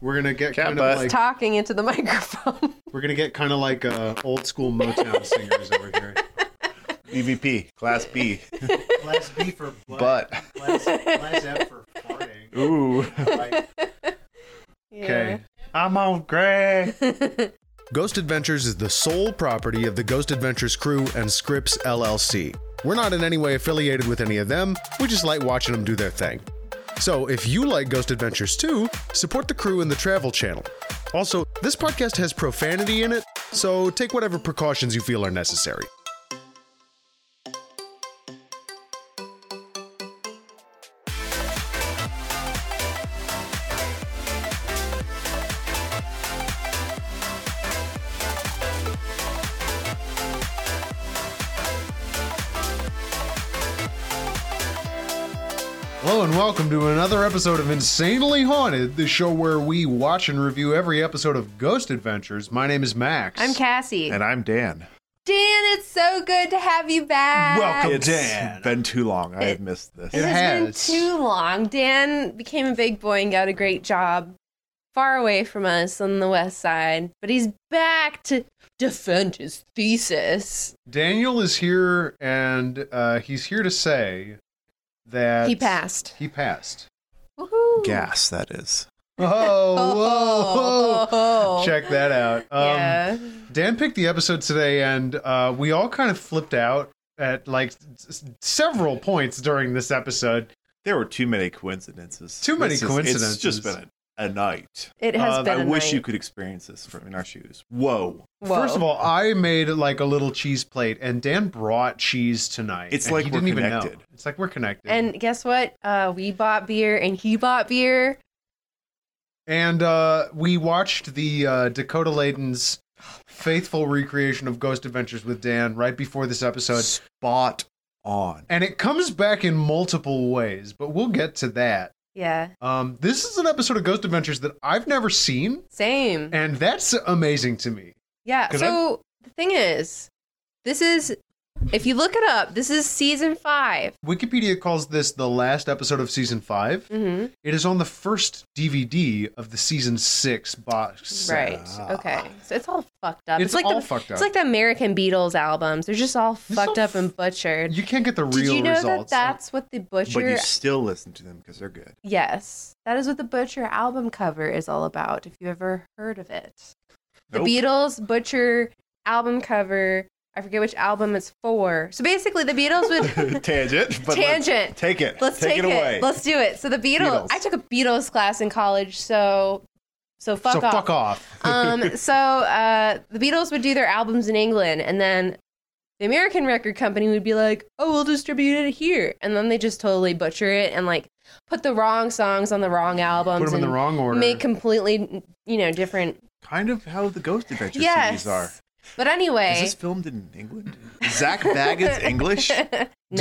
We're gonna get Cat kind butt. of like Talking into the microphone. we're gonna get kind of like uh, old school Motown singers over here. EVP, Class B. Class B for blood. But Class, class F for farting. ooh, Like, okay. I'm on gray. Ghost Adventures is the sole property of the Ghost Adventures crew and Scripps LLC. We're not in any way affiliated with any of them, we just like watching them do their thing. So if you like Ghost Adventures too, support the crew in the Travel Channel. Also, this podcast has profanity in it, so take whatever precautions you feel are necessary. Hello and welcome to another episode of Insanely Haunted, the show where we watch and review every episode of Ghost Adventures. My name is Max. I'm Cassie. Dan, And I'm Dan. it's so good to have you back. Welcome. It's Dan. been too long. I have missed this. It It has been has. too long. Dan became a big boy and got a great job far away from us on the west side, but he's back to defend his thesis. Daniel is here, and uh, he's here to say that He passed. He passed. Woohoo. Gas, that is. Oh, whoa, Oh, whoa. Check that out. Um, yeah. Dan picked the episode today, and uh, we all kind of flipped out at like s- several points during this episode. There were too many coincidences. Too many This is- coincidences. It's just been a, a night. Um, It has uh, been. I a wish night. you could experience this from in our shoes. Whoa. Whoa. First of all, I made like a little cheese plate, and Dan brought cheese tonight. It's and like he we're didn't even know. connected. It's like we're connected. And guess what? Uh, we bought beer and he bought beer. And uh, we watched the uh, Dakota Layden's faithful recreation of Ghost Adventures with Dan right before this episode. Spot on. And it comes back in multiple ways, but we'll get to that. Yeah. Um, this is an episode of Ghost Adventures that I've never seen, Same. and that's amazing to me. Yeah. 'Cause So the thing is, this is, if you look it up, this is season 5 Wikipedia calls this the last episode of season five. Mm-hmm. It is on the first DVD of the season six box. set. Right. Okay. So it's all fucked up. It's, It's, like all the, fucked up. it's like the American Beatles albums. They're just all fucked all up and butchered. you can't get the Did real you know results. that that's what the But butcher? you still listen to them because they're good. yes, that is what the butcher album cover is all about. If you ever heard of it, the Nope. Beatles butcher album cover. I forget which album it's for. So basically, the Beatles would Tangent. But let's tangent. Take it. Let's take, it away. Let's do it. So the Beatles. Beatles, I took a Beatles class in college, so so fuck so off. fuck off. um, so uh, the Beatles would do their albums in England, and then the American record company would be like, "Oh, we'll distribute it here," and then they just totally butcher it and like put the wrong songs on the wrong albums Put them in and the wrong order. make completely you know different. kind of how the Ghost Adventure yes, series are. but anyway, Is this filmed in England? Zach Baggett's English? doing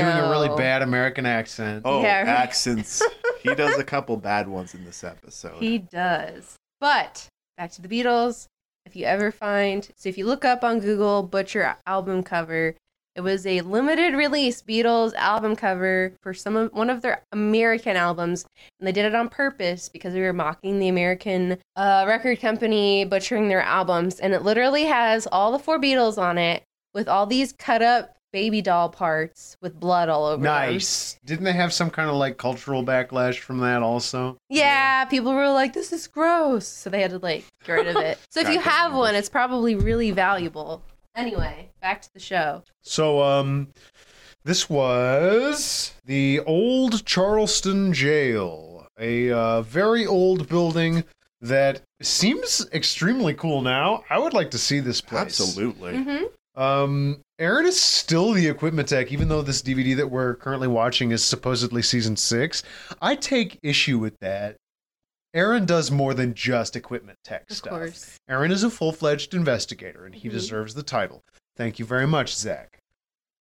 a really No. bad American accent. Oh, Yeah, right. accents. He does a couple bad ones in this episode. He does. But back to the Beatles. If you ever find, so if you look up on Google Butcher album cover, it was a limited release Beatles album cover for some of one of their American albums, and they did it on purpose because we were mocking the American uh, record company butchering their albums, and it literally has all the four Beatles on it with all these cut up baby doll parts with blood all over. them. Nice. Didn't they have some kind of like cultural backlash from that also? Yeah, people were like, "This is gross," so they had to like get rid of it. So if God, you that's have one, English. it's probably really valuable. Anyway, back to the show. So um this was the old Charleston jail, a uh, very old building that seems extremely cool now. I would like to see this place. Absolutely. hmm Um Aaron is still the equipment tech, even though this DVD that we're currently watching is supposedly season six. I take issue with that. Aaron does more than just equipment tech Of stuff. course. Aaron is a full fledged investigator, and he Mhm. deserves the title. Thank you very much, Zach.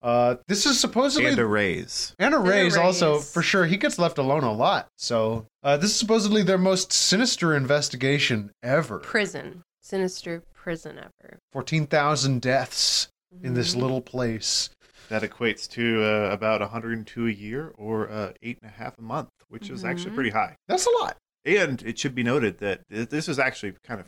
Uh, this is supposedly And a raise. and a And a raise also raise. for sure. He gets left alone a lot, so uh, this is supposedly their most sinister investigation ever. Prison, sinister prison ever. Fourteen thousand deaths in this Mhm. little place. That equates to uh, about 102 a year or uh, eight and a half a month, which is actually Mhm. pretty high. That's a lot. And it should be noted that th- this is actually kind of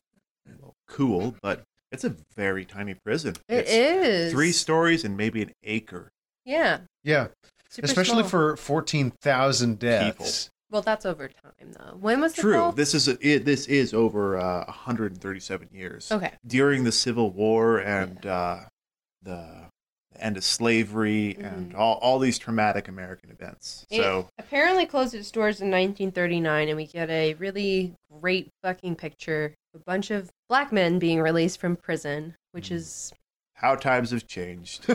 well, cool, but it's a very tiny prison. It it's is three stories and maybe an acre. Yeah, Yeah, super especially small. for fourteen thousand deaths. well, that's over time though. When was True. It called? This is a, it, this is over uh, 137 years okay, during the Civil War and uh, the the end of slavery and Mm-hmm. all, all these traumatic American events. It- So apparently closed its doors in 1939, and we get a really great fucking picture of a bunch of black men being released from prison, Hmm. which is how times have changed.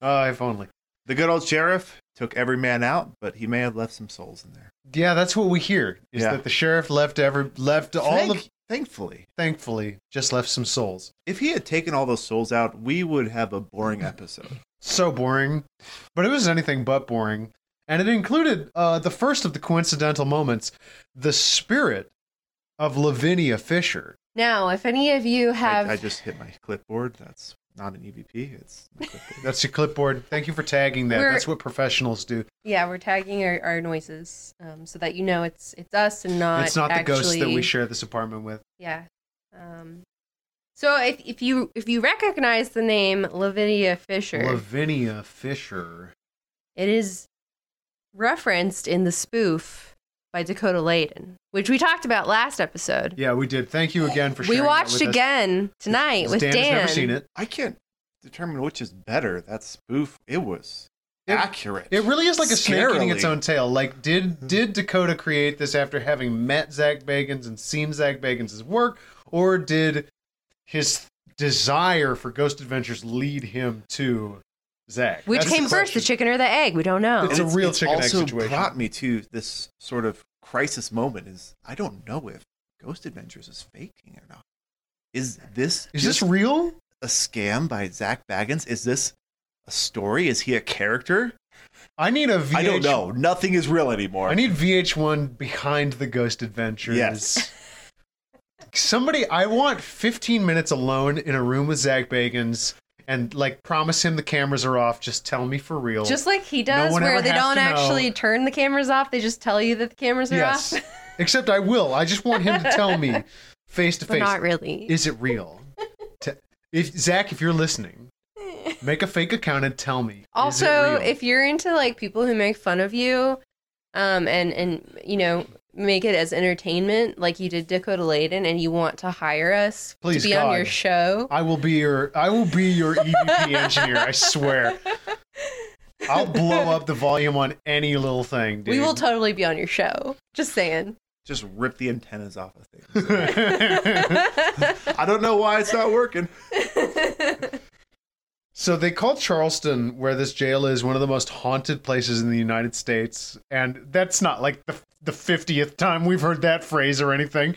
oh, if only. the good old sheriff took every man out, but he may have left some souls in there. Yeah, that's what we hear. Is Yeah. that the sheriff left ever left all Thank- the thankfully, thankfully just left some souls. if he had taken all those souls out, we would have a boring episode. so boring, but it was anything but boring. And it included uh, the first of the coincidental moments, the spirit of Lavinia Fisher. now. If any of you have I, I just hit my clipboard. That's not an EVP. It's my clipboard. That's your clipboard. Thank you for tagging that. We're- That's what professionals do. Yeah, we're tagging our, our noises um, so that you know it's it's us and not. it's not the actually, ghost that we share this apartment with. Yeah. Um, so if if you if you recognize the name Lavinia Fisher, Lavinia Fisher. it is referenced in the spoof by Dakota Layden, which we talked about last episode. Yeah, we did. Thank you again for we sharing. that watched with us. again tonight 'Cause with Dan. Dan. has never seen it. I can't determine which is better. That spoof. It was It- accurate. It really is like a snake eating its Scarily. Mm-hmm. own tail. Like, did did Dakota create this after having met Zach Bagans and seen Zach Bagans' work, or did his desire for Ghost Adventures lead him to Zach? Which That's the came first, the question. chicken or the egg? We don't know. It's a real chicken egg also situation. brought me to this sort of crisis moment. Is I don't know if Ghost Adventures is faking or not. Is this Is this just real? a scam by Zach Baggins? Is this a story? Is he a character? I need a VH. I don't know. Nothing is real anymore. I need VH1 behind the Ghost Adventures. Yes. Somebody, I want 15 minutes alone in a room with Zach Bagans and like promise him the cameras are off. Just tell me for real. just like he does, one where ever they has don't to know. actually turn the cameras off; they just tell you that the cameras are Yes. off. Except I will. I just want him to tell me face to but face. not really. Is it real? Te- if Zach, if you're listening, make a fake account and tell me. also is it real? if you're into like people who make fun of you um and and you know make it as entertainment like you did dakota Layden, and you want to hire us Please, to be on your God. show I will be your I will be your EVP engineer. I swear. I'll blow up the volume on any little thing, dude. we will totally be on your show just saying Just rip the antennas off of things. I don't know why it's not working. So they call Charleston, where this jail is, one of the most haunted places in the United States, and that's not like the the fiftieth time we've heard that phrase or anything.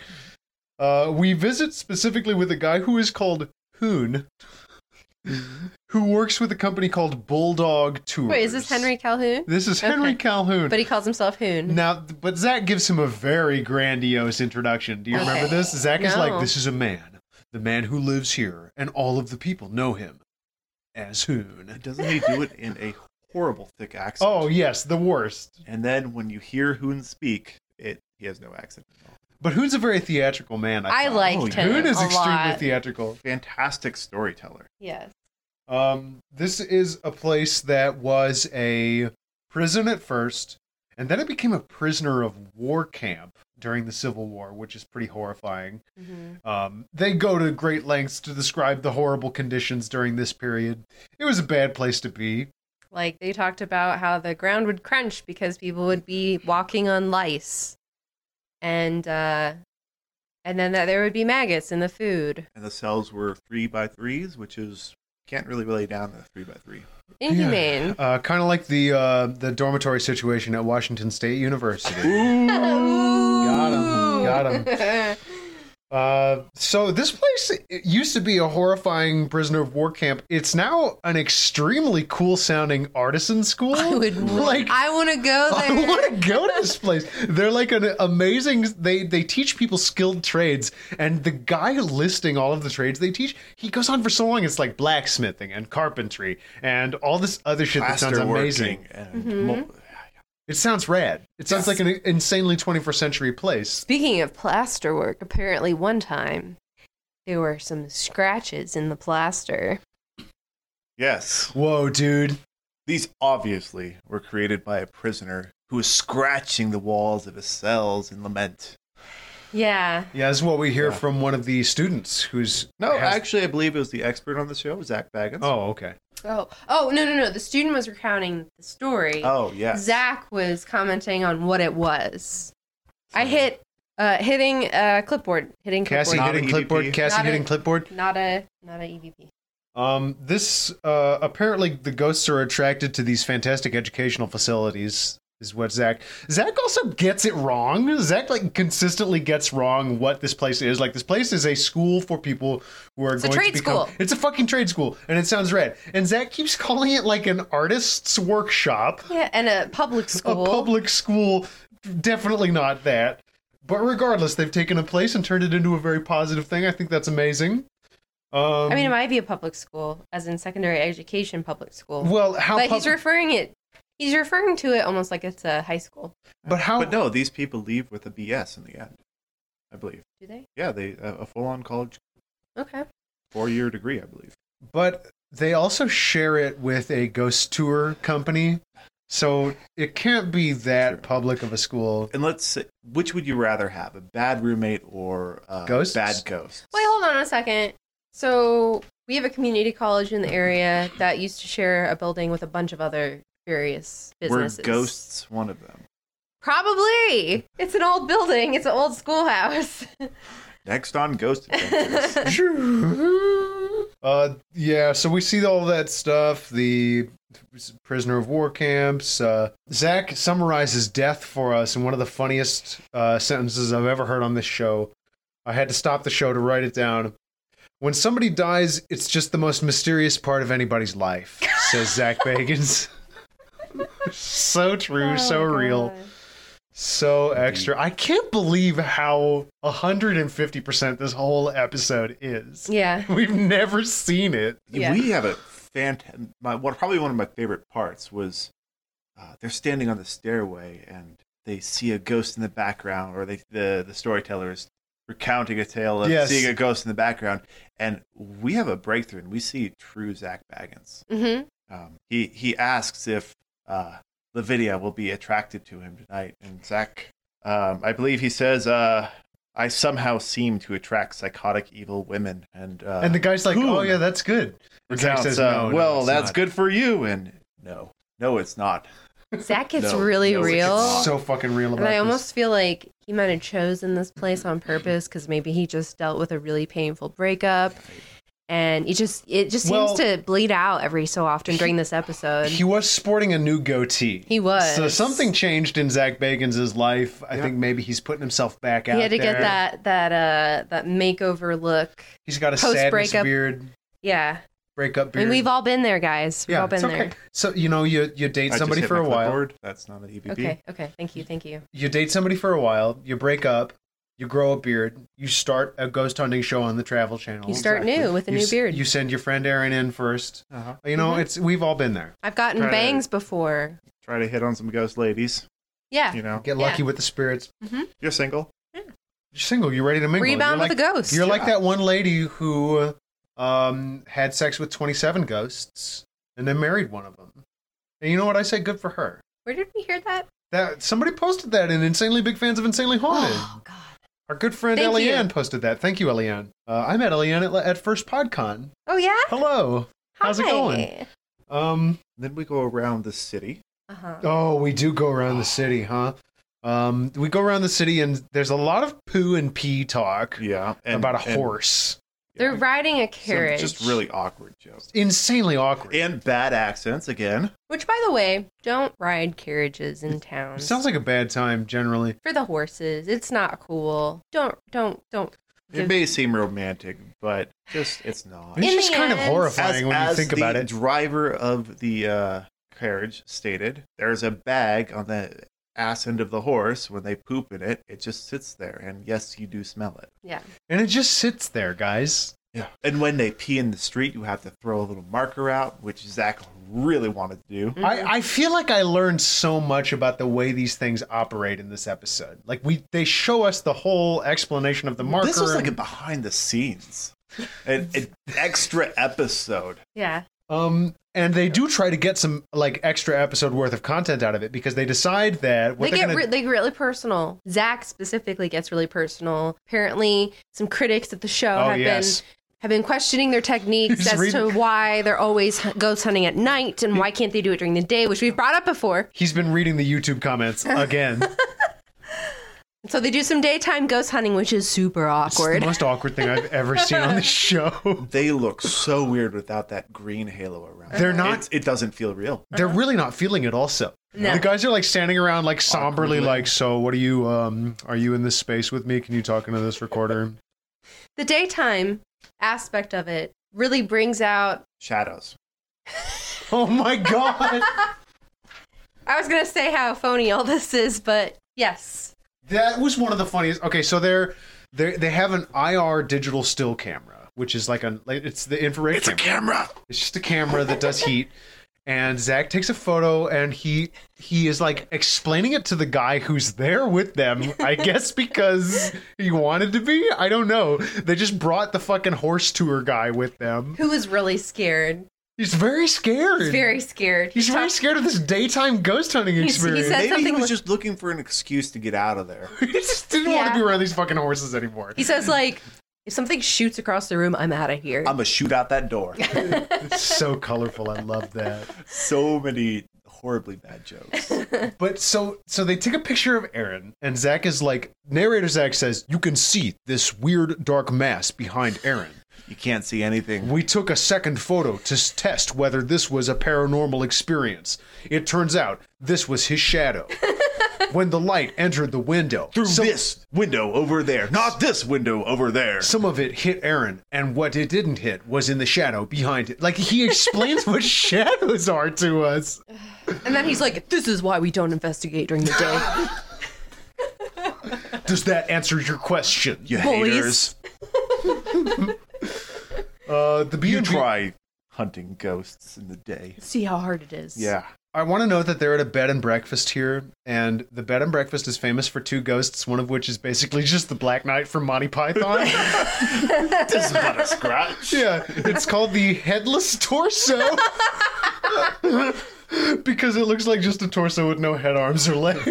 Uh, we visit specifically with a guy who is called Hoon, who works with a company called Bulldog Tours. wait is this henry calhoun This is Henry Okay. Calhoun. but he calls himself hoon now, but Zach gives him a very grandiose introduction. Do you remember Okay. this? Zach is like, No. "This is a man, the man who lives here, and all of the people know him as Hoon." Doesn't he do it in a horrible thick accent? Oh yes, the worst. And then when you hear Hoon speak, it he has no accent at all. But Hoon's a very theatrical man. I, i thought. liked oh, him Hoon is a extremely lot. theatrical. Fantastic storyteller. yes Um, this is a place that was a prison at first, and then it became a prisoner of war camp during the Civil War, which is pretty horrifying. Mhm. Um, they go to great lengths to describe the horrible conditions during this period. It was a bad place to be. like they talked about how the ground would crunch because people would be walking on lice and uh and then that there would be maggots in the food And the cells were three by threes, which is can't really lay down a three by three. inhumane Uh, kind of like the uh, the dormitory situation at Washington State University. Got 'em. Got 'em. Uh, so this place it used to be a horrifying prisoner of war camp. It's now an extremely cool sounding artisan school. i would like. I- i want to go there want to go to this place. They're like an amazing. They they teach people skilled trades, and the guy listing all of the trades they teach, he goes on for so long. It's like blacksmithing and carpentry and all this other shit that sounds Plasterworking amazing. And mul- It sounds rad. It sounds like an insanely 21st century place. Speaking of plasterwork, apparently one time there were some scratches in the plaster. Yes. Whoa, dude. These obviously were created by a prisoner who was scratching the walls of his cells in lament. Yeah. Yeah, this is what we hear Yeah. from one of the students who's No, has- actually, I believe it was the expert on the show, Zach Baggins. Oh, okay. Oh, oh no, no, no. The student was recounting the story. oh yeah. Zach was commenting on what it was. I hit uh, hitting uh, clipboard, hitting Cassie clipboard. Not hitting an clipboard. EVP. Cassie Not hitting a- clipboard. Not a not a E EVP. Um, this uh, apparently the ghosts are attracted to these fantastic educational facilities. Is what Zach. Zach also gets it wrong. Zach like consistently gets wrong what this place is. Like this place is a school for people who are It's a going trade to become. school. It's a fucking trade school, and it sounds rad. And Zach keeps calling it like an artist's workshop. Yeah, and a public school. A public school, definitely not that. But regardless, they've taken a place and turned it into a very positive thing. I think that's amazing. Um, I mean, it might be a public school, as in secondary education public school. well, how but pub- he's referring it. He's referring to it almost like it's a high school. but how But no, these people leave with a BS in the end. I believe. Do they? Yeah, they a a full-on college Okay. four-year degree, I believe. but they also share it with a ghost tour company. So it can't be that Sure. public of a school. And let's say, which would you rather have, a bad roommate or a Ghosts? bad ghost? Wait, hold on a second. So we have a community college in the area that used to share a building with a bunch of other various Were businesses. ghosts one of them? Probably. It's an old building. It's an old schoolhouse. Next on Ghost Adventures. Uh, yeah, so we see all that stuff. The prisoner of war camps. Uh, Zach summarizes death for us in one of the funniest uh, sentences I've ever heard on this show. I had to stop the show to write it down. When somebody dies, it's just the most mysterious part of anybody's life, says Zach Bagans. so Oh, true, so real, so extra. I can't believe how 150% this whole episode is. Yeah. We've never seen it. Yeah. We have a fantastic. My one, probably one of my favorite parts was uh, they're standing on the stairway and they see a ghost in the background, or they the the storyteller is recounting a tale of Yes. seeing a ghost in the background, and we have a breakthrough and we see true Zach Baggins. Mm-hmm. Um, he he asks if uh, Lavinia will be attracted to him tonight, and Zach, um, I believe he says. Uh, I somehow seem to attract psychotic evil women, and uh, And the guy's like, Cool. "Oh yeah, that's good." And Zach recounts, says, uh, "No, no, well, it's that's not." good for you. And no, no, it's not. Zach gets No, really no, it's real. not. So fucking real about And I this. almost feel like he might have chosen this place on purpose because maybe he just dealt with a really painful breakup. And it just it just Well- seems to bleed out every so often during this episode. He was sporting a new goatee. He was. So something changed in Zach Bagans' life. I Yeah. think maybe he's putting himself back out. he had to there. get that that uh that makeover look. He's got a sadness post-breakup beard, Yeah. breakup I beard. mean we've all been there, guys. We've yeah, all been it's okay. there. So you know, you you I date just somebody hit for a my while. clipboard. That's not an E EVP. Okay, okay. Thank you, thank you. You date somebody for a while. You break up. You grow a beard. You start a ghost hunting show on the Travel Channel. You start exactly. new with a Oh, You new s- beard. You send your friend Aaron in first. Uh-huh. You know, Mhm. it's we've all been there. I've gotten Try to- bangs before. Try to hit on some ghost ladies. Yeah. You know, Get Yeah. lucky with the spirits. you're single. You're single. You're ready to mingle. Rebound you're with like, a ghost. You're like that one lady who um, had sex with 27 ghosts and then married one of them. And you know what I say? Good for her. Where did we hear that? That somebody posted that in insanely big fans of insanely haunted. Oh god. Our good friend Thank you. Eliane posted that. Thank you, Eliane. Uh, I met Eliane at, at first PodCon. Oh yeah? Hello. How's it going? Um, Then we go around the city. Uh huh. Oh, we do go around the city, huh? Um, we go around the city, and there's a lot of poo and pee talk Yeah, and, about a and- horse. They're yeah. riding a Some carriage. Just really awkward jokes Insanely awkward. and bad accents again. Which, by the way, don't ride carriages in town. It sounds like a bad time generally. for the horses. It's not cool. Don't, don't, don't. It may seem romantic, but just it's not. It's In just the kind of end- horrifying when as you think the about it. driver of the uh, carriage stated, there's a bag on the ass end of the horse. When they poop in it, it just sits there. And yes, you do smell it. Yeah. And it just sits there, guys. Yeah. And when they pee in the street, you have to throw a little marker out, which Zach really wanted to do. Mm. I, I feel like I learned so much about the way these things operate in this episode. Like we, they show us the whole explanation of the marker. This was like a and- behind the scenes, an, an extra episode. Yeah. um, and they do try to get some like extra episode worth of content out of it because they decide that what are they get gonna re- they get really personal. Zach specifically gets really personal. Apparently, some critics at the show oh have yes, been have been questioning their techniques He's as read- to why they're always hu- ghost hunting at night and why can't they do it during the day, which we've brought up before. he's been reading the YouTube comments again. So they do some daytime ghost hunting, which is super It's the awkward. most awkward thing I've ever seen on this show. They look so weird without that green halo around. They're them. not- It's- it doesn't feel real. They're really not feeling it. Also, No. the guys are like standing around, like somberly, Awkwardly. like, "So, what are you? Um, are you in this space with me? Can you talk into this recorder?" The daytime aspect of it really brings out. Shadows. oh my god. I was gonna say how phony all this is, but yes, That was one of the funniest. Okay, so they're they they have an IR digital still camera, which is like a like, it's the infrared. It's a camera. camera. it's just a camera that does heat. And Zach takes a photo, and he he is like explaining it to the guy who's there with them. I guess because he wanted to be. I don't know. They just brought the fucking horse tour guy with them. who is really scared? He's very scared. He's very scared. He's He very talks- scared of this daytime ghost hunting He's- he experience. said- That's Maybe he something was with- just looking for an excuse to get out of there. he just didn't want Yeah. to be around these fucking horses anymore. He says like, if something shoots across the room, I'm out of here. I'm gonna shoot out that door. It's so colorful. I love that. so many horribly bad jokes. But so so they take a picture of Aaron, and Zach is like, narrator Zach says, "You can see this weird dark mass behind Aaron." You can't see anything. We took a second photo to s- test whether this was a paranormal experience. It turns out this was his shadow. when the light entered the window, Through some, this window over there, not this window over there. some of it hit Aaron, and what it didn't hit was in the shadow behind it. Like he explains what shadows are to us. and then he's like, this is why we don't investigate during the day. Does that answer your question? you Bullies. haters. Uh, the B You and try hunting ghosts in the day. See how hard it is. Yeah. I want to note that they're at a bed and breakfast here, and the bed and breakfast is famous for two ghosts, one of which is basically just the Black Knight from Monty Python. This is not a scratch. yeah, it's called the Headless Torso because it looks like just a torso with no head, arms, or legs.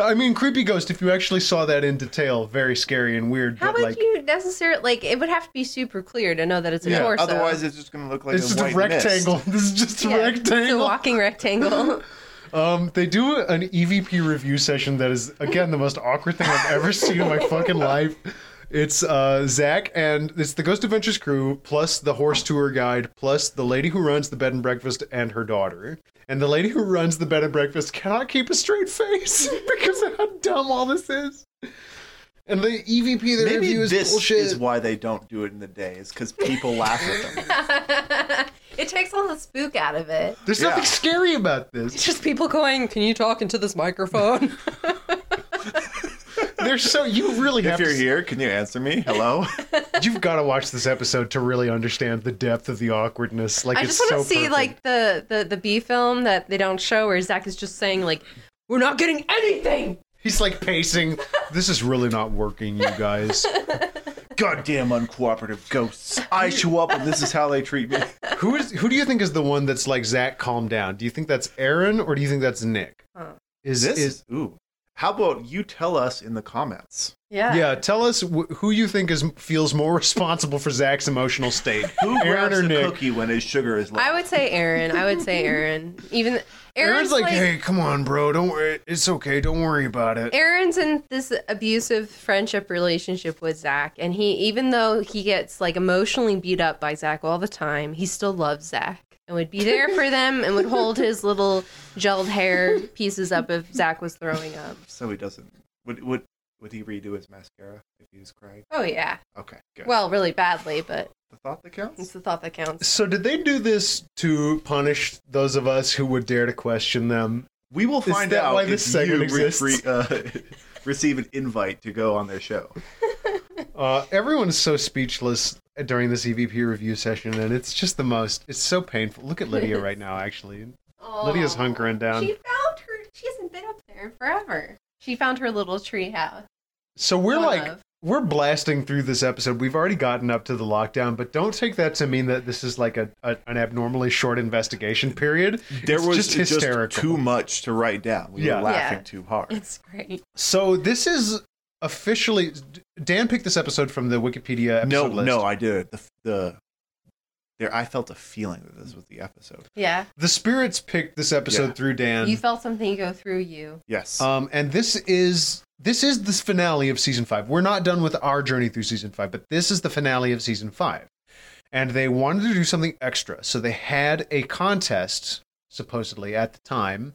I mean, creepy ghost. If you actually saw that in detail, very scary and weird. How but would like, you necessarily like? It would have to be super clear to know that it's a Yeah, torso. Otherwise, it's just gonna look like it's a just a white mist. rectangle. This is just a Yeah, It's a rectangle. walking rectangle. Um, they do an EVP review session that is again the most awkward thing I've ever seen in my fucking life. It's uh, Zach and it's the Ghost Adventures crew plus the horse tour guide plus the lady who runs the bed and breakfast and her daughter. And the lady who runs the bed and breakfast cannot keep a straight face because of how dumb all this is. And the EVP they Maybe review is this bullshit. is why they don't do it in the day. Is because people laugh at them. it takes all the spook out of it. There's Yeah. nothing scary about this. It's just people going, "Can you talk into this microphone?" They're so you really have If you're to here, can you answer me? Hello. You've got to watch this episode to really understand the depth of the awkwardness. Like, I it's just want to so see perfect. like the, the the B film that they don't show, where Zach is just saying like, "We're not getting anything." he's like pacing. this is really not working, you guys. Goddamn uncooperative ghosts. I show up and this is how they treat me. who is who do you think is the one that's like Zach? Calm down. Do you think that's Aaron or do you think that's Nick? Huh. Is This is is ooh. How about you tell us in the comments Yeah. yeah? Tell us wh- who you think is feels more responsible for Zach's emotional state. who Aaron grabs or the Nick? cookie when his sugar is low? I would say Aaron. I would say Aaron. Even Aaron's Aaron's, like, hey, come on, bro. Don't worry. It's okay. Don't worry about it. Aaron's in this abusive friendship relationship with Zach, and he, even though he gets like emotionally beat up by Zach all the time, he still loves Zach and would be there for them and would hold his little gelled hair pieces up if Zach was throwing up. so he doesn't. Would would would he redo his mascara if he was crying? Oh yeah, Okay, good. well, really badly, but the thought that it's counts. the thought that counts. So did they do this to punish those of us who would dare to question them? We will Is find that out why if this segment you exists? re- uh, receive an invite to go on their show. Uh, everyone's so speechless during this EVP review session, and it's just the most. It's so painful. Look at Lydia right now, actually. Lydia's Aw. hunkering down. She found her. She hasn't been up there in forever. She found her little tree house. So we're One like of. we're blasting through this episode. We've already gotten up to the lockdown, but don't take that to mean that this is like a, a an abnormally short investigation period. There It's was just just, hysterical. too much to write down. We Yeah. were laughing Yeah. too hard. It's great. So this is officially Dan picked this episode from the Wikipedia episode no, list. no, I did. The the there, I felt a feeling that this was the episode. Yeah. the spirits picked this episode Yeah. through Dan. you felt something go through you. Yes, Um, and this is this is the finale of season five. We're not done with our journey through season five, but this is the finale of season five. And they wanted to do something extra, so they had a contest supposedly at the time,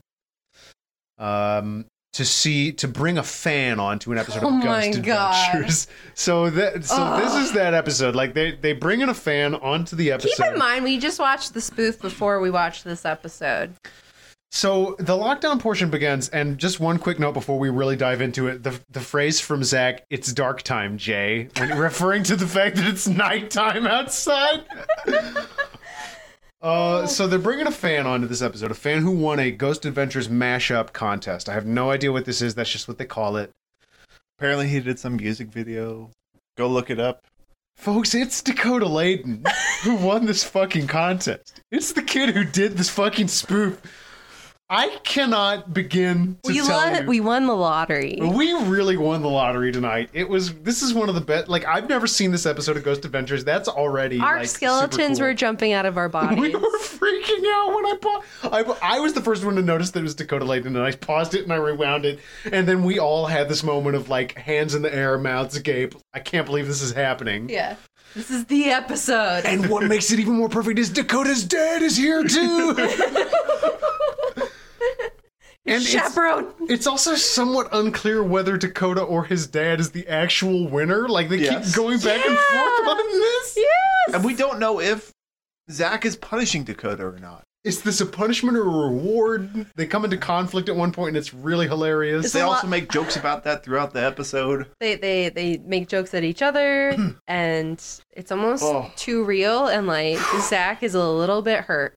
um, to see to bring a fan onto an episode Oh of my Ghost God. Adventures. So that so this Ugh. is that episode. Like they they bring in a fan onto the episode. Keep in mind, we just watched the spoof before we watched this episode. So the lockdown portion begins, and just one quick note before we really dive into it: the the phrase from Zach, "It's dark time, Jay," when referring to the fact that it's nighttime outside. Uh, so they're bringing a fan onto this episode, a fan who won a Ghost Adventures mashup contest. I have no idea what this is. That's just what they call it, apparently he did some music video. Go look it up. folks. It's Dakota Layden who won this fucking contest. It's the kid who did this fucking spoof. I cannot begin to We tell won. you. We won the lottery. We really won the lottery tonight. It was this is one of the best. Like I've never seen this episode of Ghost Adventures. That's already Our like, super skeletons cool. were jumping out of our We bodies. were freaking out when I paused. I, I was the first one to notice that it was Dakota Layton, and I paused it and I rewound it, and then we all had this moment of like hands in the air, mouths agape. I can't believe this is happening. yeah. This is the episode. And what makes it even more perfect is Dakota's dad is here too. and it's- Chaperone. It's also somewhat unclear whether Dakota or his dad is the actual winner. Like they keep Yes. going back and forth Yeah. on this. Yes. And we don't know if Zach is punishing Dakota or not. Is this a punishment or a reward? They come into conflict at one point, and it's really hilarious. It's they a lot- also make jokes about that throughout the episode. they they they make jokes at each other, and it's almost Oh. too real. And like Zach is a little bit hurt.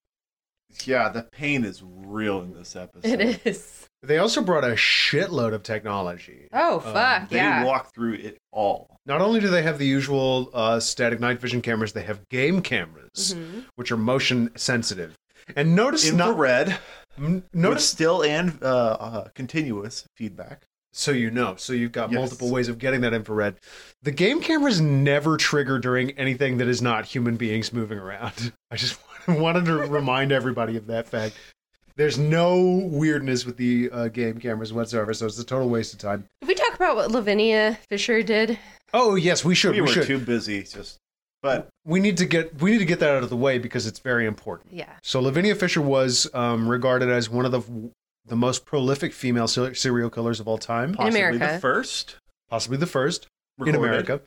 Yeah, the pain is real in this episode. It is. They also brought a shitload of technology. Oh Um, fuck They yeah. walk through it all. Not only do they have the usual uh, static night vision cameras, they have game cameras, Mhm. which are motion sensitive. And notice not Infrared, n- with notice still and uh, uh, continuous feedback. so you know so you've got Yes. multiple ways of getting that infrared the game cameras never trigger during anything that is not human beings moving around i just wanted to remind everybody of that fact there's no weirdness with the uh, game cameras whatsoever so it's a total waste of time Did we talk about what Lavinia Fisher did? oh yes we should We we, were should too busy, just but we need to get we need to get that out of the way because it's very important Yeah. So Lavinia Fisher was um, regarded as one of the the most prolific female se- serial killers of all time, possibly America. the first possibly the first. recorded. in America.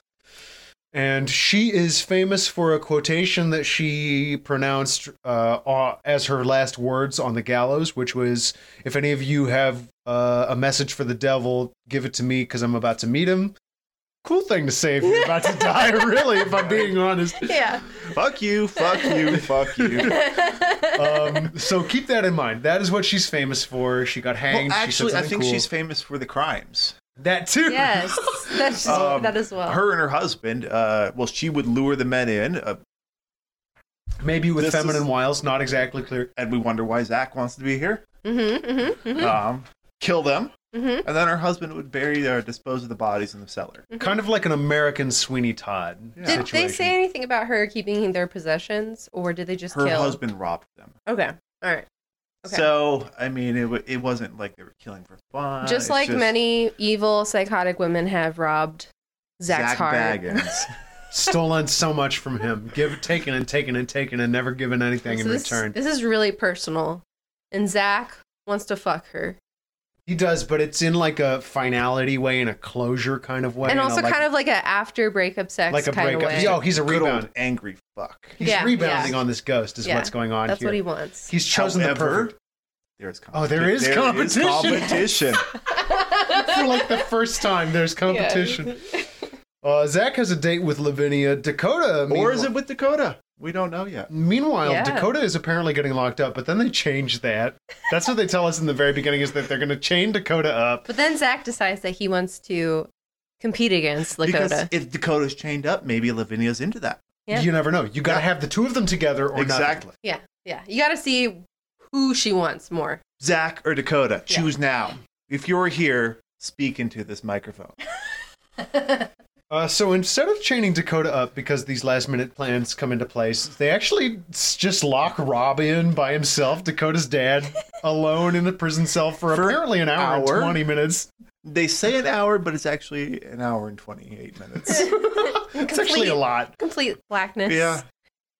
And she is famous for a quotation that she pronounced uh, uh, as her last words on the gallows, which was, "If any of you have uh, a message for the devil, give it to me because I'm about to meet him." Cool thing to say if you're about to die, really. If I'm being honest. Yeah. Fuck you, fuck you, fuck you. Um, so keep that in mind. That is what she's famous for. She got hanged. Well, actually, she said I something think cool. she's famous for the crimes. that too. yes. That's Um, that as well. Her and her husband, uh, well, she would lure the men in, uh, Maybe with This is- feminine wiles, not exactly clear. and we wonder why Zach wants to be here. mm-hmm, mm-hmm, mm-hmm, Um, kill them, mm-hmm. and then her husband would bury or dispose of the bodies in the cellar. Kind of like an American Sweeney Todd. Yeah. Did they situation. say anything about her keeping their possessions, or did they just Her kill? husband robbed them. Okay. All right. Okay. So, I mean, it, wa it wasn't like they were killing for uh, fun. just It's like many evil psychotic women have robbed Zach's Zach heart. Baggins. stolen so much from him, give taken and taken and taken and never given anything So in this, return. this is really personal, and Zach wants to fuck her, He does, but it's in like a finality way, in a closure kind of way, and you know, also like, kind of like a after breakup sex like a kind of breakup. way. Yo, he's a Good rebound. old angry fuck. He's Yeah, rebounding yeah. on this ghost. Is Yeah, what's going on That's here. what he wants. He's chosen However, the perfect There's competition. Oh, there is competition. competition. for like the first time. There's competition. Uh, Zach has a date with Lavinia. Dakota. Or is meanwhile- it with Dakota? We don't know yet. Meanwhile, Yeah. Dakota is apparently getting locked up, but then they change that. That's what they tell us in the very beginning is that they're going to chain Dakota up. But then Zach decides that he wants to compete against Because Lakota. if Dakota's chained up, maybe Lavinia's into that. Yeah. You never know. You got to Yeah. have the two of them together or nothing. exactly. yeah, yeah. You got to see who she wants more. Zach or Dakota, Yeah. choose now. If you're here, speak into this microphone. Uh, so instead of chaining Dakota up because these last minute plans come into place, they actually s- just lock Rob in by himself, Dakota's dad, alone in the prison cell for, For apparently an hour, and hour? 20 minutes. They say an hour, but it's actually an hour and 28 minutes. it's actually a lot. Complete blackness. Yeah.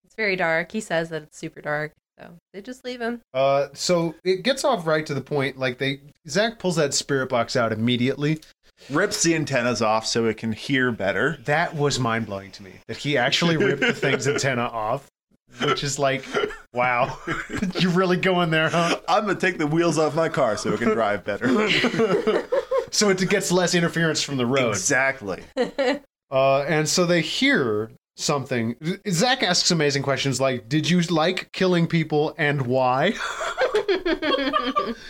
It's very dark. He says that it's super dark. So they just leave him. Uh, so it gets off right to the point. Like they, Zach pulls that spirit box out immediately. Rips the antennas off so it can hear better. that was mind blowing to me that he actually ripped the thing's antenna off, which is like, wow, you really going there, huh? I'm going to take the wheels off my car so it can drive better. So it gets less interference from the road. exactly. Uh, and so they hear something. Zach asks amazing questions like, "Did you like killing people and why?"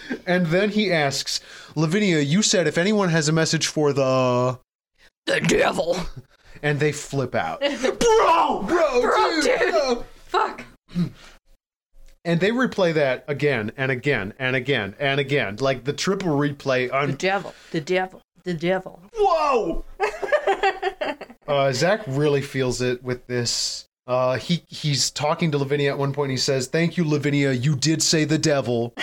and then he asks, "Lavinia, you said if anyone has a message for the." The devil. And they flip out. bro, bro, Bro, dude. bro. Fuck. And they replay that again and again and again and again, like the triple replay. The On devil. The devil. The devil. Whoa! uh, Zach really feels it with this. Uh, he he's talking to Lavinia at one point. And he says, "Thank you, Lavinia. You did say the devil,"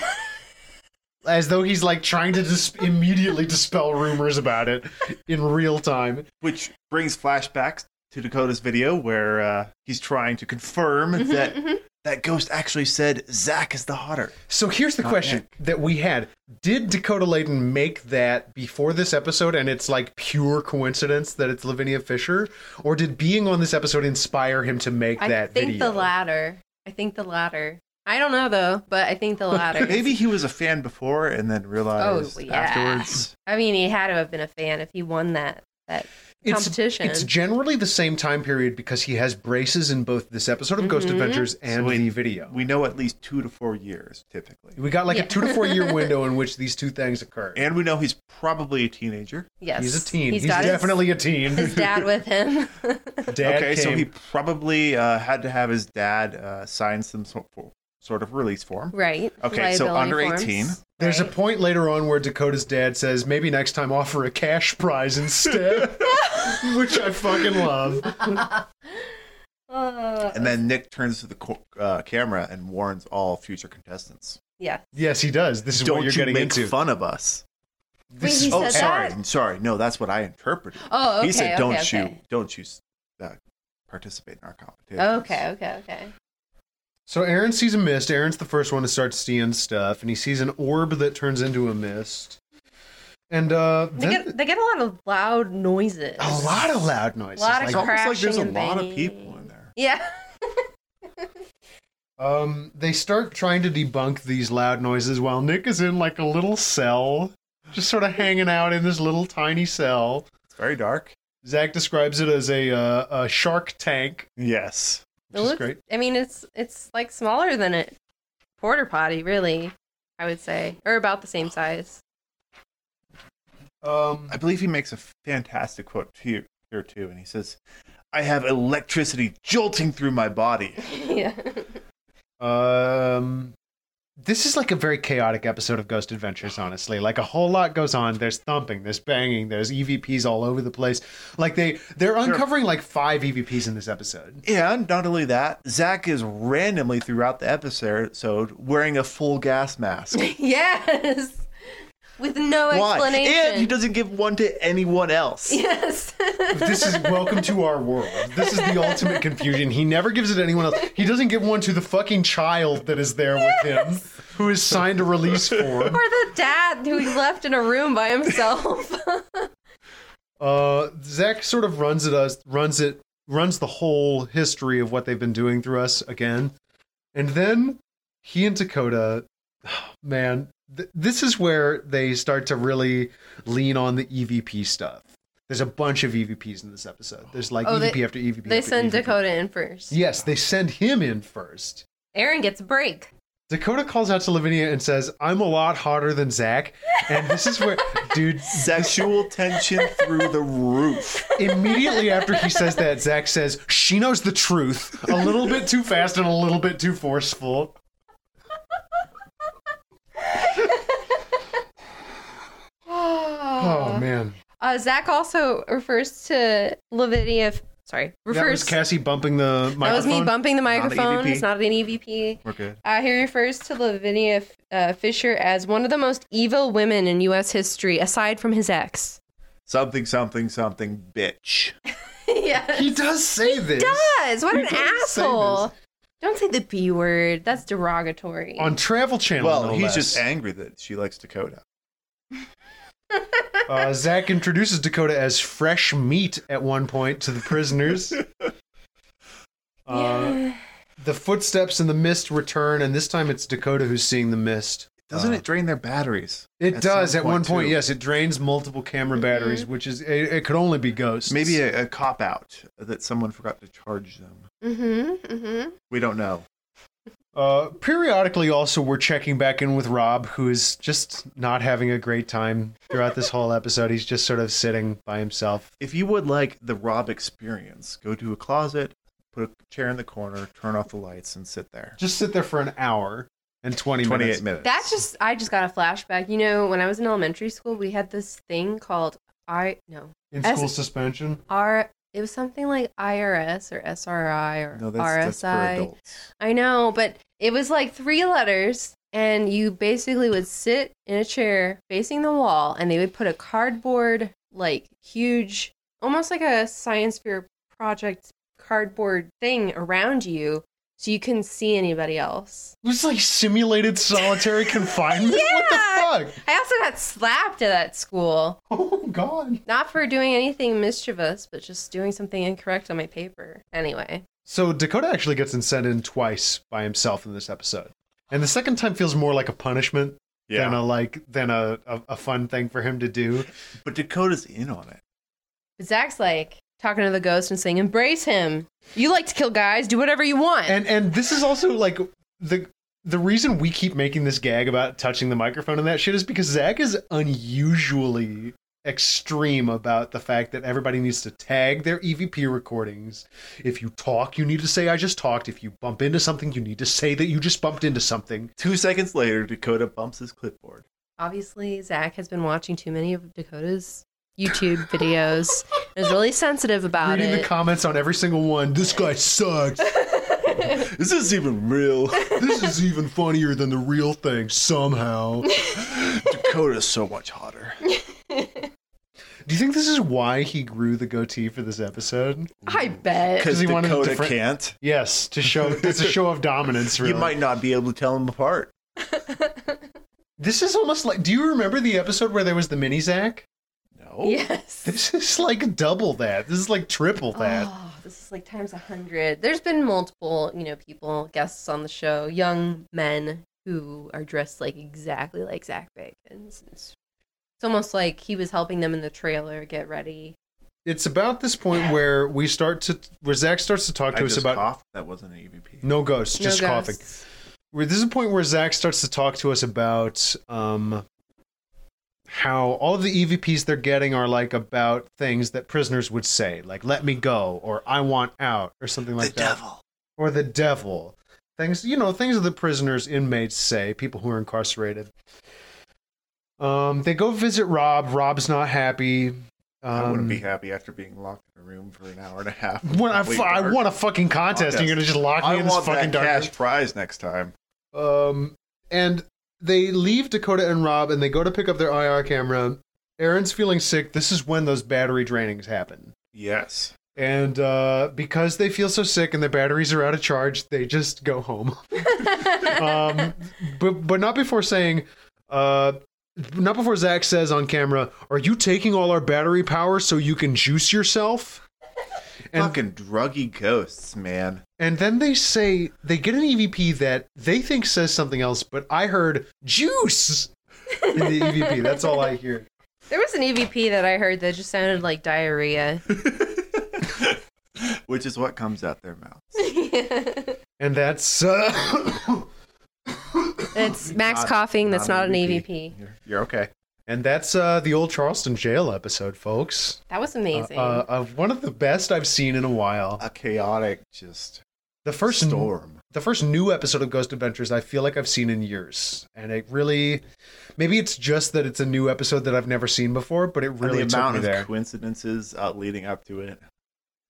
as though he's like trying to dis- immediately dispel rumors about it in real time. Which brings flashbacks to Dakota's video where uh, he's trying to Mm-hmm, confirm that that ghost actually said Zach is the hotter. So here's the Not question that we had: Did Dakota Layden make that before this episode, and it's like pure coincidence that it's Lavinia Fisher, or did being on this episode inspire him to make mm-hmm. I that think video? the latter. I think the latter. I don't know though, but I think the latter. Maybe he was a fan before and then realized Oh, yeah. afterwards. I mean, he had to have been a fan if he won that that It's- competition. It's generally the same time period because he has braces in both this episode of Ghost Mhm. Adventures and So we- the video. We know at least two to four years typically. We got like Yeah. a two to four year window in which these two things occur. And we know he's probably a teenager. yes, he's a teen. He's, got his- definitely a teen. his, dad with him. Dad okay, so came- he probably uh, had to have his dad uh, sign some sort sort of release form. right. Okay, so Liability under forms. 18. There's a Right. point later on where Dakota's dad says, maybe next time offer a cash prize instead, which I fucking love. Uh, And then Nick turns to the co- uh, camera and warns all future contestants. yeah. Yes, he does. This is Don't what you're you getting make into. fun of us. Wait, This he is oh, said sorry. that? I'm sorry. No, that's what I interpreted. Oh, okay. he said, "Don't okay, you, okay. don't you, uh, participate in our competition." Okay, okay, okay. So Aaron sees a mist. Aaron's the first one to start seeing stuff, and he sees an orb that turns into a mist. And uh, They then get they get a lot of loud noises. a lot of loud noises. Lot of It's like, almost like there's a crashing and lot of banging. people in there. Yeah. um, they start trying to debunk these loud noises while Nick is in like a little cell, just sort of hanging out in this little tiny cell. It's very dark. Zach describes it as a uh, a shark tank, Yes. which is great. I mean, it's it's like smaller than a porter potty, really. I would say, or about the same size. Um, I believe he makes a fantastic quote too, here too, and he says, "I have electricity jolting through my body." yeah. Um, this is like a very chaotic episode of Ghost Adventures, honestly. Like a whole lot goes on. There's thumping, there's banging, there's EVPs all over the place. Like they they're uncovering like five EVPs in this episode. And not only that, Zach is randomly throughout the episode wearing a full gas mask. yes. With no Why? explanation. And he doesn't give one to anyone else. Yes. This is welcome to our world. This is the ultimate confusion. He never gives it to anyone else. He doesn't give one to the fucking child that is there with him, who is signed a release form. or the dad who he left in a room by himself. Uh, Zach sort of runs it us, runs it, runs the whole history of what they've been doing through us again, and then he and Dakota, man, th- this is where they start to really lean on the EVP E stuff. There's a bunch of EVPs in this episode. There's like Oh, they- EVP after EVP. They after E send EVP. Dakota in first. Yes, they send him in first. Aaron gets a break. Dakota calls out to Lavinia and says, "I'm a lot hotter than Zach," and this is where, dude, Sexual tension through the roof. immediately after he says that, Zach says, "She knows the truth." A little bit too fast and a little bit too forceful. Oh man, Uh, Zach also refers to Lavinia. Sorry, that was refers. Cassie bumping the microphone. E that was me bumping the an microphone. EVP. it's not an EVP. We're good. Uh, he refers to Lavinia uh, Fisher as one of the most evil women in U.S. history, aside from his ex. Something, something, something, bitch. yeah, He does say this. does. What He an doesn't say asshole! Don't say the B word. That's derogatory. on Travel Channel. Well, no he's less. just angry that she likes Dakota. Uh, Zach introduces Dakota as fresh meat at one point to the prisoners. Uh, Yeah. the footsteps in the mist return, and this time it's Dakota who's seeing the mist. Doesn't Uh, it drain their batteries? It at does some at one point. too? Yes, it drains multiple camera batteries, which is it, it could only be ghosts. Maybe a, a cop out that someone forgot to charge them. Mm-hmm. Mm-hmm. We don't know. uh, periodically. Also, we're checking back in with Rob, who is just not having a great time throughout this whole episode. He's just sort of sitting by himself. If you would like the Rob experience, go to a closet, put a chair in the corner, turn off the lights, and sit there. Just sit there for an hour and twenty minutes. 28 minutes. That's just I just got a flashback. You know, when I was in elementary school, we had this thing called I no in As- school suspension. R. It was something like IRS or SRI or No, that's, RSI. that's for adults. I know, but it was like three letters, and you basically would sit in a chair facing the wall, and they would put a cardboard, like huge, almost like a science fair project cardboard thing around you, so you couldn't see anybody else. It was like simulated solitary confinement. What the fuck? I also got slapped at that school, Oh god. not for doing anything mischievous, but just doing something incorrect on my paper. Anyway, So Dakota actually gets sent in twice by himself in this episode, and the second time feels more like a punishment than a like than a, a a fun thing for him to do. But Dakota's in on it. but Zach's like talking to the ghost and saying, "Embrace him. You like to kill guys. Do whatever you want." And and this is also like the. The reason we keep making this gag about touching the microphone and that shit is because Zach is unusually extreme about the fact that everybody needs to tag their EVP recordings. If you talk, you need to say, I just talked. If you bump into something, you need to say that you just bumped into something. Two seconds later, Dakota bumps his clipboard. Obviously, Zach has been watching too many of Dakota's YouTube videos and is really sensitive about Reading it. the comments on every single one, this guy sucks. Is this even real? this is even funnier than the real thing somehow. Dakota's so much hotter. Do you think this is why he grew the goatee for this episode? I bet. Because he wanted a Dakota different- can't. Yes, to show it's a show of dominance. Really, You might not be able to tell them apart. This is almost like. Do you remember the episode where there was the mini Zach? No. Yes. Oh, This is like double that. This is like triple that. Oh, this is like times a hundred. There's been multiple, you know, people, guests on the show, young men who are dressed like exactly like Zach Bacon's. It's, it's almost like he was helping them in the trailer get ready. It's about this point where we start to where Zach starts to talk I to us just about coughed. That wasn't an E EVP. no ghosts, just no coughing. ghosts. Where this is a point where Zach starts to talk to us about um, how all of the EVPs they're getting are like about things that prisoners would say, like "Let me go" or "I want out" or something like that, or "the devil." Things you know, things that the prisoners, inmates say, people who are incarcerated. Um, they go visit Rob. Rob's not happy. Um, I wouldn't be happy after being locked in a room for an hour and a half. When I, f- I want a fucking contest, and you're gonna just lock me I in this want fucking that darkness. cash prize next time. Um, and they leave Dakota and Rob, and they go to pick up their IR camera. Aaron's feeling sick. This is when those battery drainings happen. Yes. And uh, because they feel so sick and the batteries are out of charge, they just go home. um, but but not before saying, uh, not before Zach says on camera, "Are you taking all our battery power so you can juice yourself?" And Fucking druggy ghosts, man. and then they say they get an EVP that they think E says something else, but I heard juice in the EVP. That's all I hear. There was an EVP that I heard that just sounded like diarrhea. Which is what comes out their mouth. it's And that's uh, Max Not- coughing. That's not, not an E E an EVP. you're, you're okay. And that's uh, the old Charleston jail episode, folks. That was Uh, amazing. uh, of one of the best I've seen in a while. A chaotic, just The first storm. the first new episode of Ghost Adventures I feel like I've seen in years, and it really maybe it's just that it's a new episode that I've never seen before, but it And really the took amount me of there. coincidences uh, leading up to it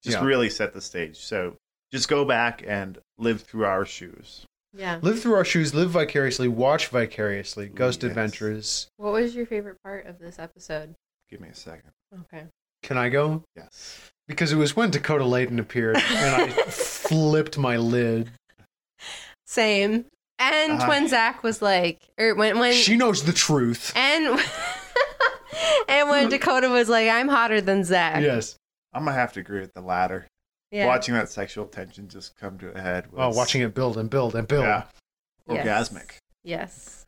just Yeah. really set the stage. So just go back and live through our shoes. yeah. Live through our shoes, live vicariously, watch vicariously. Ghost Yes. Adventures. What was your favorite part of this episode? Give me a second. Okay. Can I go? Yes. Because it was when Dakota Layton appeared, and I flipped my lid. Same. And Ah. when Zach was like, or when when She knows the truth. and and when Dakota was like, "I'm hotter than Zach." Yes. I'm going to have to agree with the latter. Yeah. Watching that sexual tension just come to a head Oh, was watching it build and build and build. Yeah. Yes. orgasmic. Yes.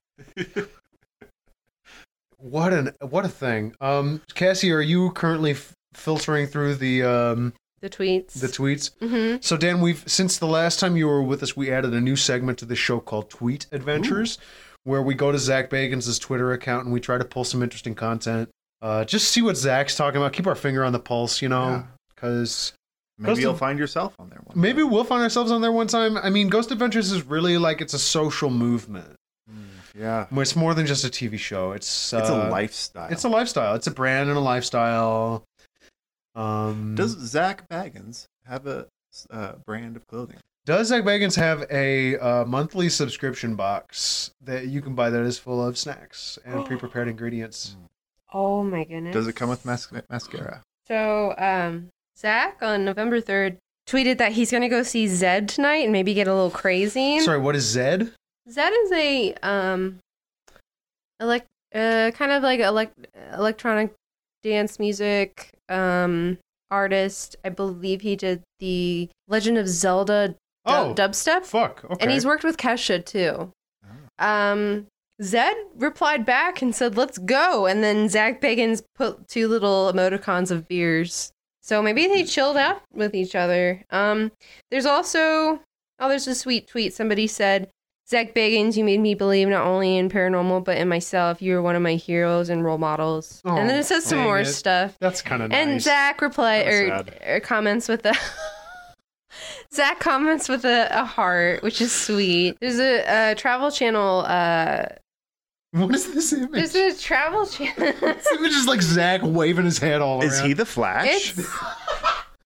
What an what a thing. Um, Cassie, are you currently f- filtering through the um The tweets. the tweets? mm-hmm. So Dan, we've since the last time you were with us, we added a new segment to the show called Tweet Adventures, where we go to Zach Bagans' Twitter account and we try to pull some interesting content. Uh, just see what Zach's talking about. Keep our finger on the pulse, you know, Yeah. because Maybe Ghost you'll of- find yourself on there one. day. maybe we'll find ourselves on there one time. I mean, Ghost Adventures is really like it's a social movement. Mm, Yeah. It's more than just a TV show. It's It's uh, a lifestyle. It's a lifestyle. It's a brand and a lifestyle. Um, Does does Zach Baggins have a uh, brand of clothing? does Zach Bagans have a uh, monthly subscription box that you can buy that is full of snacks and pre-prepared ingredients? Oh my goodness. Does it come with mas- mascara? So, um, Zach on November 3rd tweeted that he's going to go see Zed tonight and maybe get a little crazy. Sorry, what is Zed? Zed is a um, elect, uh, kind of like elect- electronic dance music um artist. I believe he did the Legend of Zelda du- Oh, dubstep, fuck. Okay. Ah. and he's worked with Kesha too. Um. Zed replied back and said, "Let's go." And then Zach Bagans put two little emoticons of beers. So maybe they Mm-hmm. chilled out with each other. Um, there's also oh, there's a sweet tweet. Somebody said, "Zach Bagans, you made me believe not only in paranormal but in myself. You were one of my heroes and role models." and then Oh, it says some dang more it. stuff. That's kind of nice. And Zach replied or, Kinda or comments with a Zach comments with a, a heart, which is sweet. There's a, a Travel Channel. Uh, what is this image? there's a Travel Channel. This image is like Zach waving his head all Is around. he the Flash? it's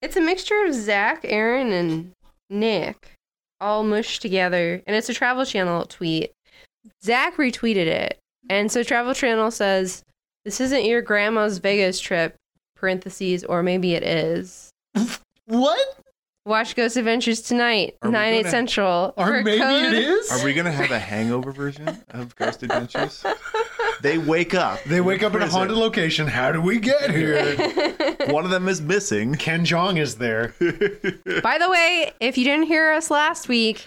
it's a mixture of Zach, Aaron, and Nick all mushed together, and it's a Travel Channel tweet. Zach retweeted it, and so Travel Channel says, "This isn't your grandma's Vegas trip." Parentheses, or maybe it is. what? Watch Ghost Adventures tonight, Are we 9, 8 gonna- Central. Or for maybe code- it is. Are we gonna have a hangover version of Ghost Adventures? They wake up. they wake up in a prison. haunted location. How do we get here? One of them is missing. Ken Jong is there. By the way, if you didn't hear us last week,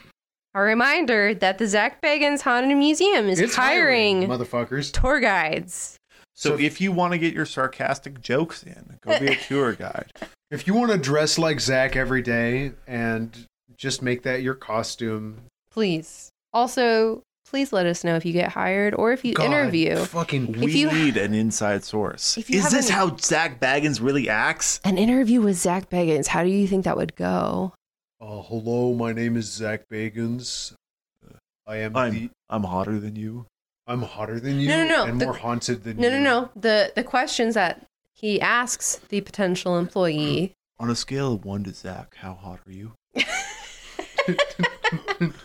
a reminder that the Zach Bagans Haunted Museum is hiring, motherfuckers. tour guides. So if you want to get your sarcastic jokes in, go be a tour guide. If you want to dress like Zach every day and just make that your costume, Please. Also, please let us know if you get hired or if you God, interview. fucking We you- need an inside source. If you Is this haven't- how Zach Baggins really acts? An interview with Zach Bagans, how do you think that would go? uh, hello, my name is Zach Bagans. Uh, I am I'm, I'm I'm hotter than you. I'm hotter than you No, no, no, and the- more haunted than No, you. no, no. The the questions that he asks the potential employee. On a scale of one to Zach, how hot are you?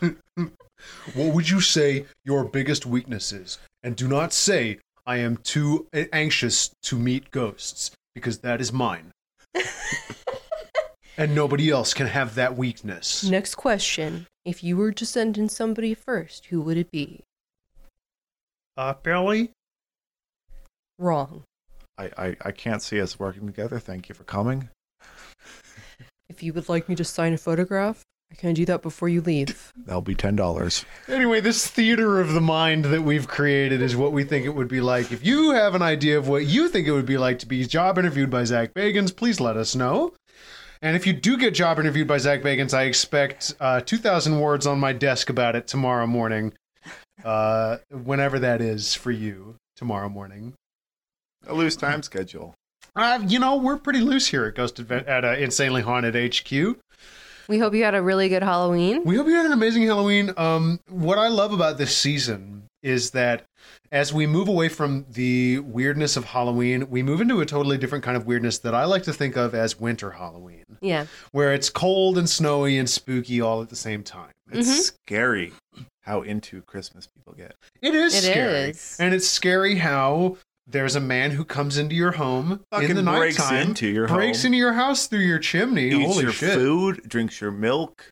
What would you say your biggest weakness is? And do not say I am too anxious to meet ghosts because that is mine. and nobody else can have that weakness. Next question. If you were to send in somebody first, who would it be? Uh, Billy? Wrong. I, I, I can't see us working together. Thank you for coming. If you would like me to sign a photograph, I Can I do that before you leave? That'll be ten dollars. Anyway, this theater of the mind that we've created is what we think it would be like. If you have an idea of what you think it would be like to be job interviewed by Zach Bagans, please let us know. And if you do get job interviewed by Zach Bagans, I expect uh, 2,000 words on my desk about it tomorrow morning, uh, whenever that is for you tomorrow morning. A loose time schedule. Uh, you know, we're pretty loose here at Ghost Advent- at uh, Insanely Haunted HQ. We hope you had a really good Halloween. We hope you had an amazing Halloween. Um, what I love about this season is that as we move away from the weirdness of Halloween, we move into a totally different kind of weirdness that I like to think of as winter Halloween, Yeah. where it's cold and snowy and spooky all at the same time. It's Mhm. scary how into Christmas people get. It is It scary, is. and it's scary how there's a man who comes into your home in Fucking the breaks nighttime, into your breaks home. into your house through your chimney. Eats Holy your shit! food, drinks your milk.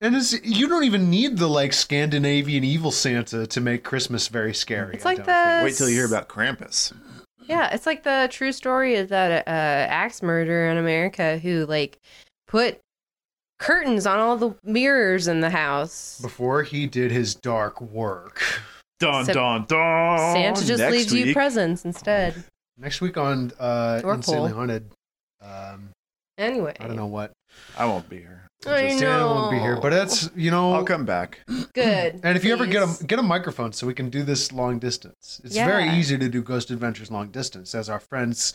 And it's you don't even need the like Scandinavian evil Santa to make Christmas very scary. It's I like don't the- Wait till you hear about Krampus. Yeah, it's like the true story of that uh, axe murderer in America who like put curtains on all the mirrors in the house. think. before he did his dark work. Dun Sa- dun dun. Oh, Santa just Next leaves you week, presents instead. Next week on uh, Or Insanely Cole. Haunted, um, Anyway, I don't know what I won't be here. I Santa know. won't be here, but that's you know. I'll come back. good. And if you ever get please. a get a microphone, so we can do this long distance. It's Yeah. very easy to do Ghost Adventures long distance, as our friends,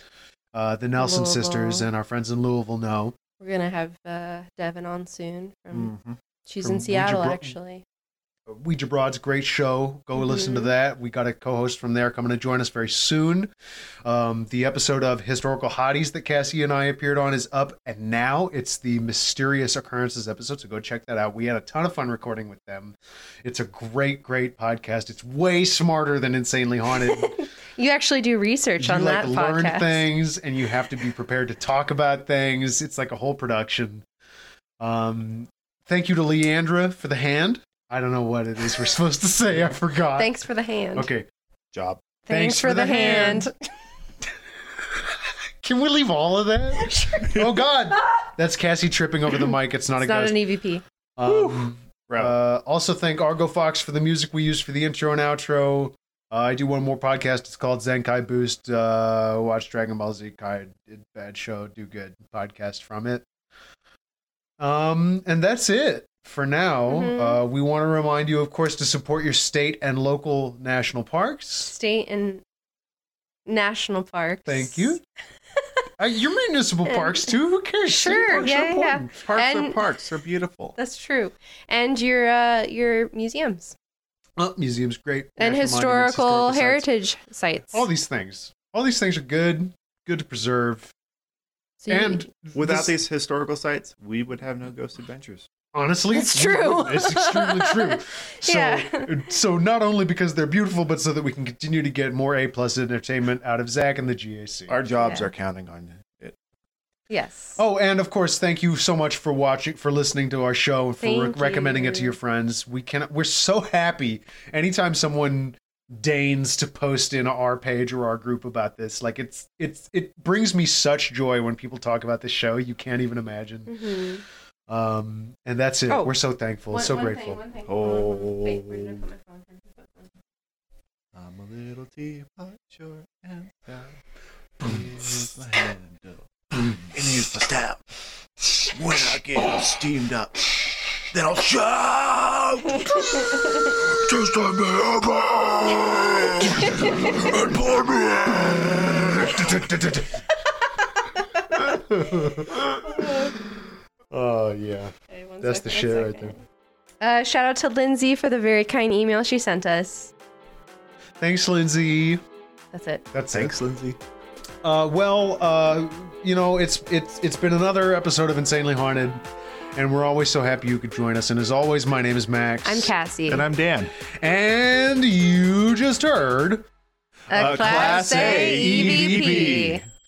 uh, the Nelson sisters, Louisville. and our friends in Louisville know. we're gonna have uh, Devin on soon. From Mhm. she's Mm. from in Seattle, Ouija Bro- actually. Ouija Broad's great show. Go listen to that. We got a co-host from there coming to join us very soon. Um, the episode of Historical Hotties that Cassie and I appeared on is up, and now it's the Mysterious Occurrences episode. So go check that out. We had a ton of fun recording with them. It's a great, great podcast. It's way smarter than Insanely Haunted. You actually do research you on like that learn podcast. things, and you have to be prepared to talk about things. It's like a whole production. Um, thank you to Leandra for the hand. I don't know what it is we're supposed to say. I forgot. Thanks for the hand. Okay. Job. Thanks, for, the hand. Can we leave all of that? Oh God, that's Cassie tripping over the mic. It's not It's a not ghost. an e- EVP. Um, Right. uh, also thank Argo Fox for the music we use for the intro and outro. Uh, I do one more podcast. It's called Zenkai Boost. Uh, watch Dragon Ball Z Kai. Did bad show. Do good podcast from it. Um, and that's it for now. Mhm. Uh, we want to remind you, of course, to support your state and local national parks. State and national parks. Thank you. Uh, your municipal And- parks too. Who cares? State Sure, parks are yeah, yeah. important. Parks are And- parks. They're beautiful. That's true. And your uh, your museums Well, Oh, museums, great. and national monuments, historical historical, sites. Oh, heritage sites. All these things. All these things are good. Good to preserve. So you- and Without this- these historical sites, we would have no ghost adventures. honestly, It's you true. know, It's extremely true. So, uh, Yeah. so not only because they're beautiful, but so that we can continue to get more A plus entertainment out of Zach and the GAC. Our jobs Yeah. are counting on it. yes. Oh, and of course, thank you so much for watching, for listening to our show, and for re- Thank recommending it to you. your friends. We cannot. We're so happy anytime someone deigns to post in our page or our group about this. Like it's it's it brings me such joy when people talk about this show. You can't even imagine. Mhm. Um, and that's it. Oh. we're so thankful, so thing, grateful. one thing. Oh. Wait, where did I put my phone? Where did I put my phone? I'm a little teapot, short and stout. Here's my handle, and here's my stout. When I get all steamed up, then I'll shout. Just let me open and pour me in. Oh yeah, Okay, one that's the second, shit one right there. second. Uh, shout out to Lindsay for the very kind email she sent us. Thanks, Lindsay. That's it. That's it. Thanks, Lindsay. Uh, well, uh, you know, it's it's it's been another episode of Insanely Haunted, and we're always so happy you could join us. And as always, my name is Max. I'm Cassie. And I'm Dan. And you just heard. a, E E Class A EVP.